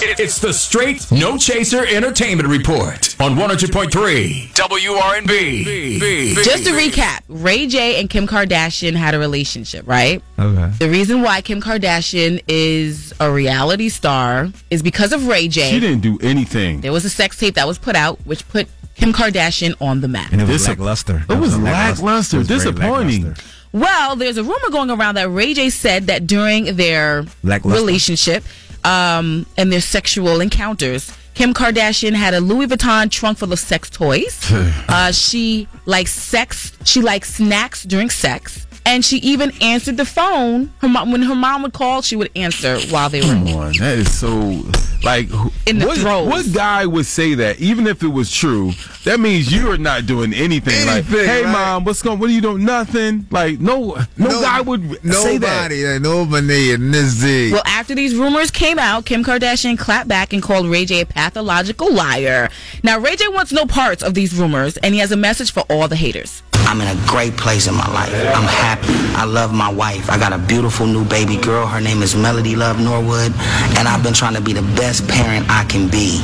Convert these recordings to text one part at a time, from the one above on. It's the Straight No Chaser Entertainment Report on 102.3 WRNB. Just to recap, Ray J and Kim Kardashian had a relationship, right? Okay. The reason why Kim Kardashian is a reality star is because of Ray She J. didn't do anything. There was a sex tape that was put out which put Kim Kardashian on the map. And it was This- lackluster. It That was lackluster. lackluster, It was very disappointing. lackluster. Well, there's a rumor going around that Ray J said that during their Lackluster. relationship um, and their sexual encounters, Kim Kardashian had a Louis Vuitton trunk full of sex toys. uh, she likes sex. She likes snacks during sex. And she even answered the phone. Her mom, when her mom would call, she would answer while they were. Come on, that is so like who- In the what, throes. what guy would say that even if it was true? That means you are not doing anything. like, Anything, hey right. mom, what's going? What are you doing? Nothing. Like, no, no, guy would say that. Nobody, uh, nobody in this zig. Well, after these rumors came out, Kim Kardashian clapped back and called Ray J a pathological liar. Now, Ray J wants no parts of these rumors, and he has a message for all the haters. I'm in a great place in my life. I'm happy. I love my wife. I got a beautiful new baby girl. Her name is Melody Love Norwood. And I've been trying to be the best parent I can be.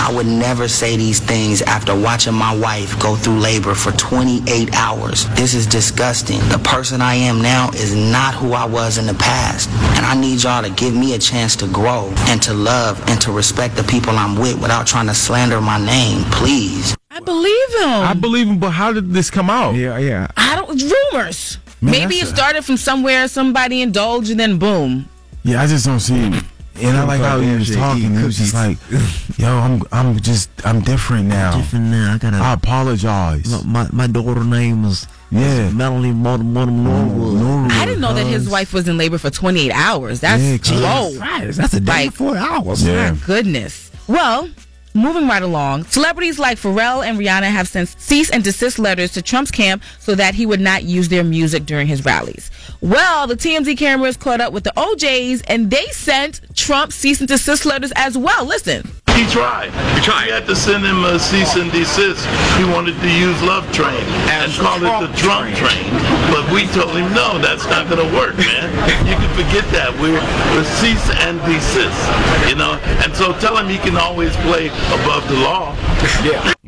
I would never say these things after watching my wife go through labor for 28 hours. This is disgusting. The person I am now is not who I was in the past. And I need y'all to give me a chance to grow and to love and to respect the people I'm with without trying to slander my name, please. I believe him. I believe him, but how did this come out? yeah, yeah. I don't rumors. Man, Maybe it that's a- started from somewhere, somebody indulged, and then boom. Yeah, I just don't see it. And I like how he was Kardashian talking. eating He was just like, cookies. "Yo, I'm, I'm just, I'm different now. different now. I I gotta. apologize." Look, my, my daughter name is Yeah. Melanie Mortimer Norwood. Norwood. I didn't know that his Cause- wife was in labor for 28 hours. That's Yeah, cause- whoa, That's a Like- four hours. Yeah. my goodness. Well. Moving right along, celebrities like Pharrell and Rihanna have since cease and desist letters to Trump's camp so that he would not use their music during his rallies. Well, the TMZ cameras caught up with the OJs and they sent Trump cease and desist letters as well. Listen. He tried. He tried. We had to send him a cease and desist. He wanted to use Love Train and call it the Trump train. But we told him, no, that's not going to work, man. You can forget that. We're, we're cease and desist, you know. And so tell him he can always play above the law.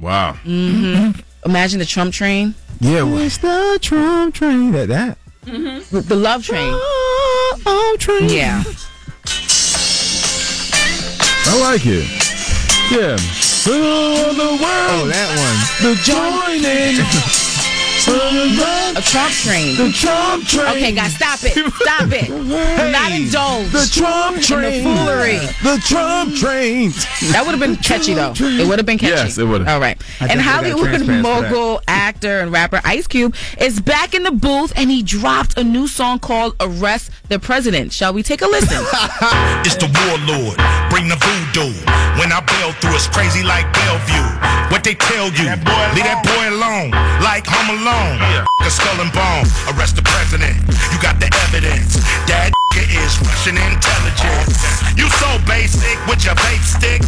Wow. Imagine the Trump train, Yeah, well, it's the Trump train. That that. the love train. Oh, oh, train. Yeah. I like it. Yeah. Oh, the world, Oh, that the joining. Oh, A Trump train. the Trump train. Okay, guys, stop it. Stop it. Hey, Not indulge. The Trump train. foolery. The Trump train. That would have been catchy, though. It would have been catchy. Yes, it would've. All right. and definitely got a Hollywood trans pass for that. mogul, actor, and rapper Ice Cube is back in the booth, and he dropped a new song called "Arrest the President." Shall we take a listen? It's the warlord, bring the voodoo. When I bail through, it's crazy like Bellevue. What they tell you, leave that boy alone, like Home Alone. A skull and bone, arrest the president. You got the evidence. That is Russian intelligence. You so basic with your bait stick.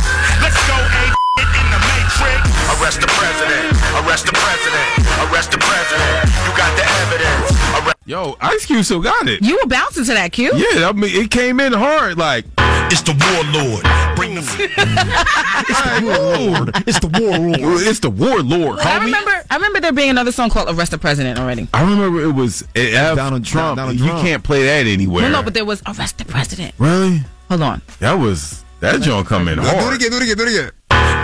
Let's go ape it in the matrix. Arrest the president, arrest the president, arrest the president. You got the evidence. Arrest Yo, Ice Cube still got it. you were bouncing to that, Cube. Yeah, I mean, it came in hard. Like, it's the warlord, bring the. warlord. It's the warlord. it's the warlord, I homie. remember. I remember there being another song called "Arrest the President" already. I remember it was F Donald- Donald Trump. Donald you Trump. can't play that anywhere. No, no, but there was "Arrest the President." really, Hold on. that was that joint come in one. Do it hard. again. Do it again. Do it again.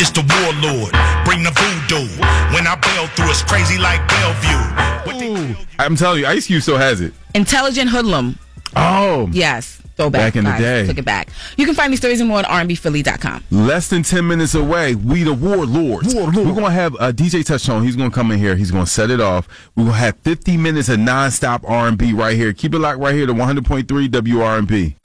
It's the warlord, bring the voodoo. When I bail through, it's crazy like Bellevue. What they tell you- I'm telling you, Ice Cube still has it. Intelligent hoodlum. Oh, Yes. Go back. Back in the guys. day. Took it back. You can find these stories and more at rnbphilly.com. less than ten minutes away. We the warlords. We're gonna have uh, DJ Touchstone. He's gonna come in here. He's gonna set it off. We will have 50 minutes of nonstop R&B right here. Keep it locked right here to 100.3 WRMP.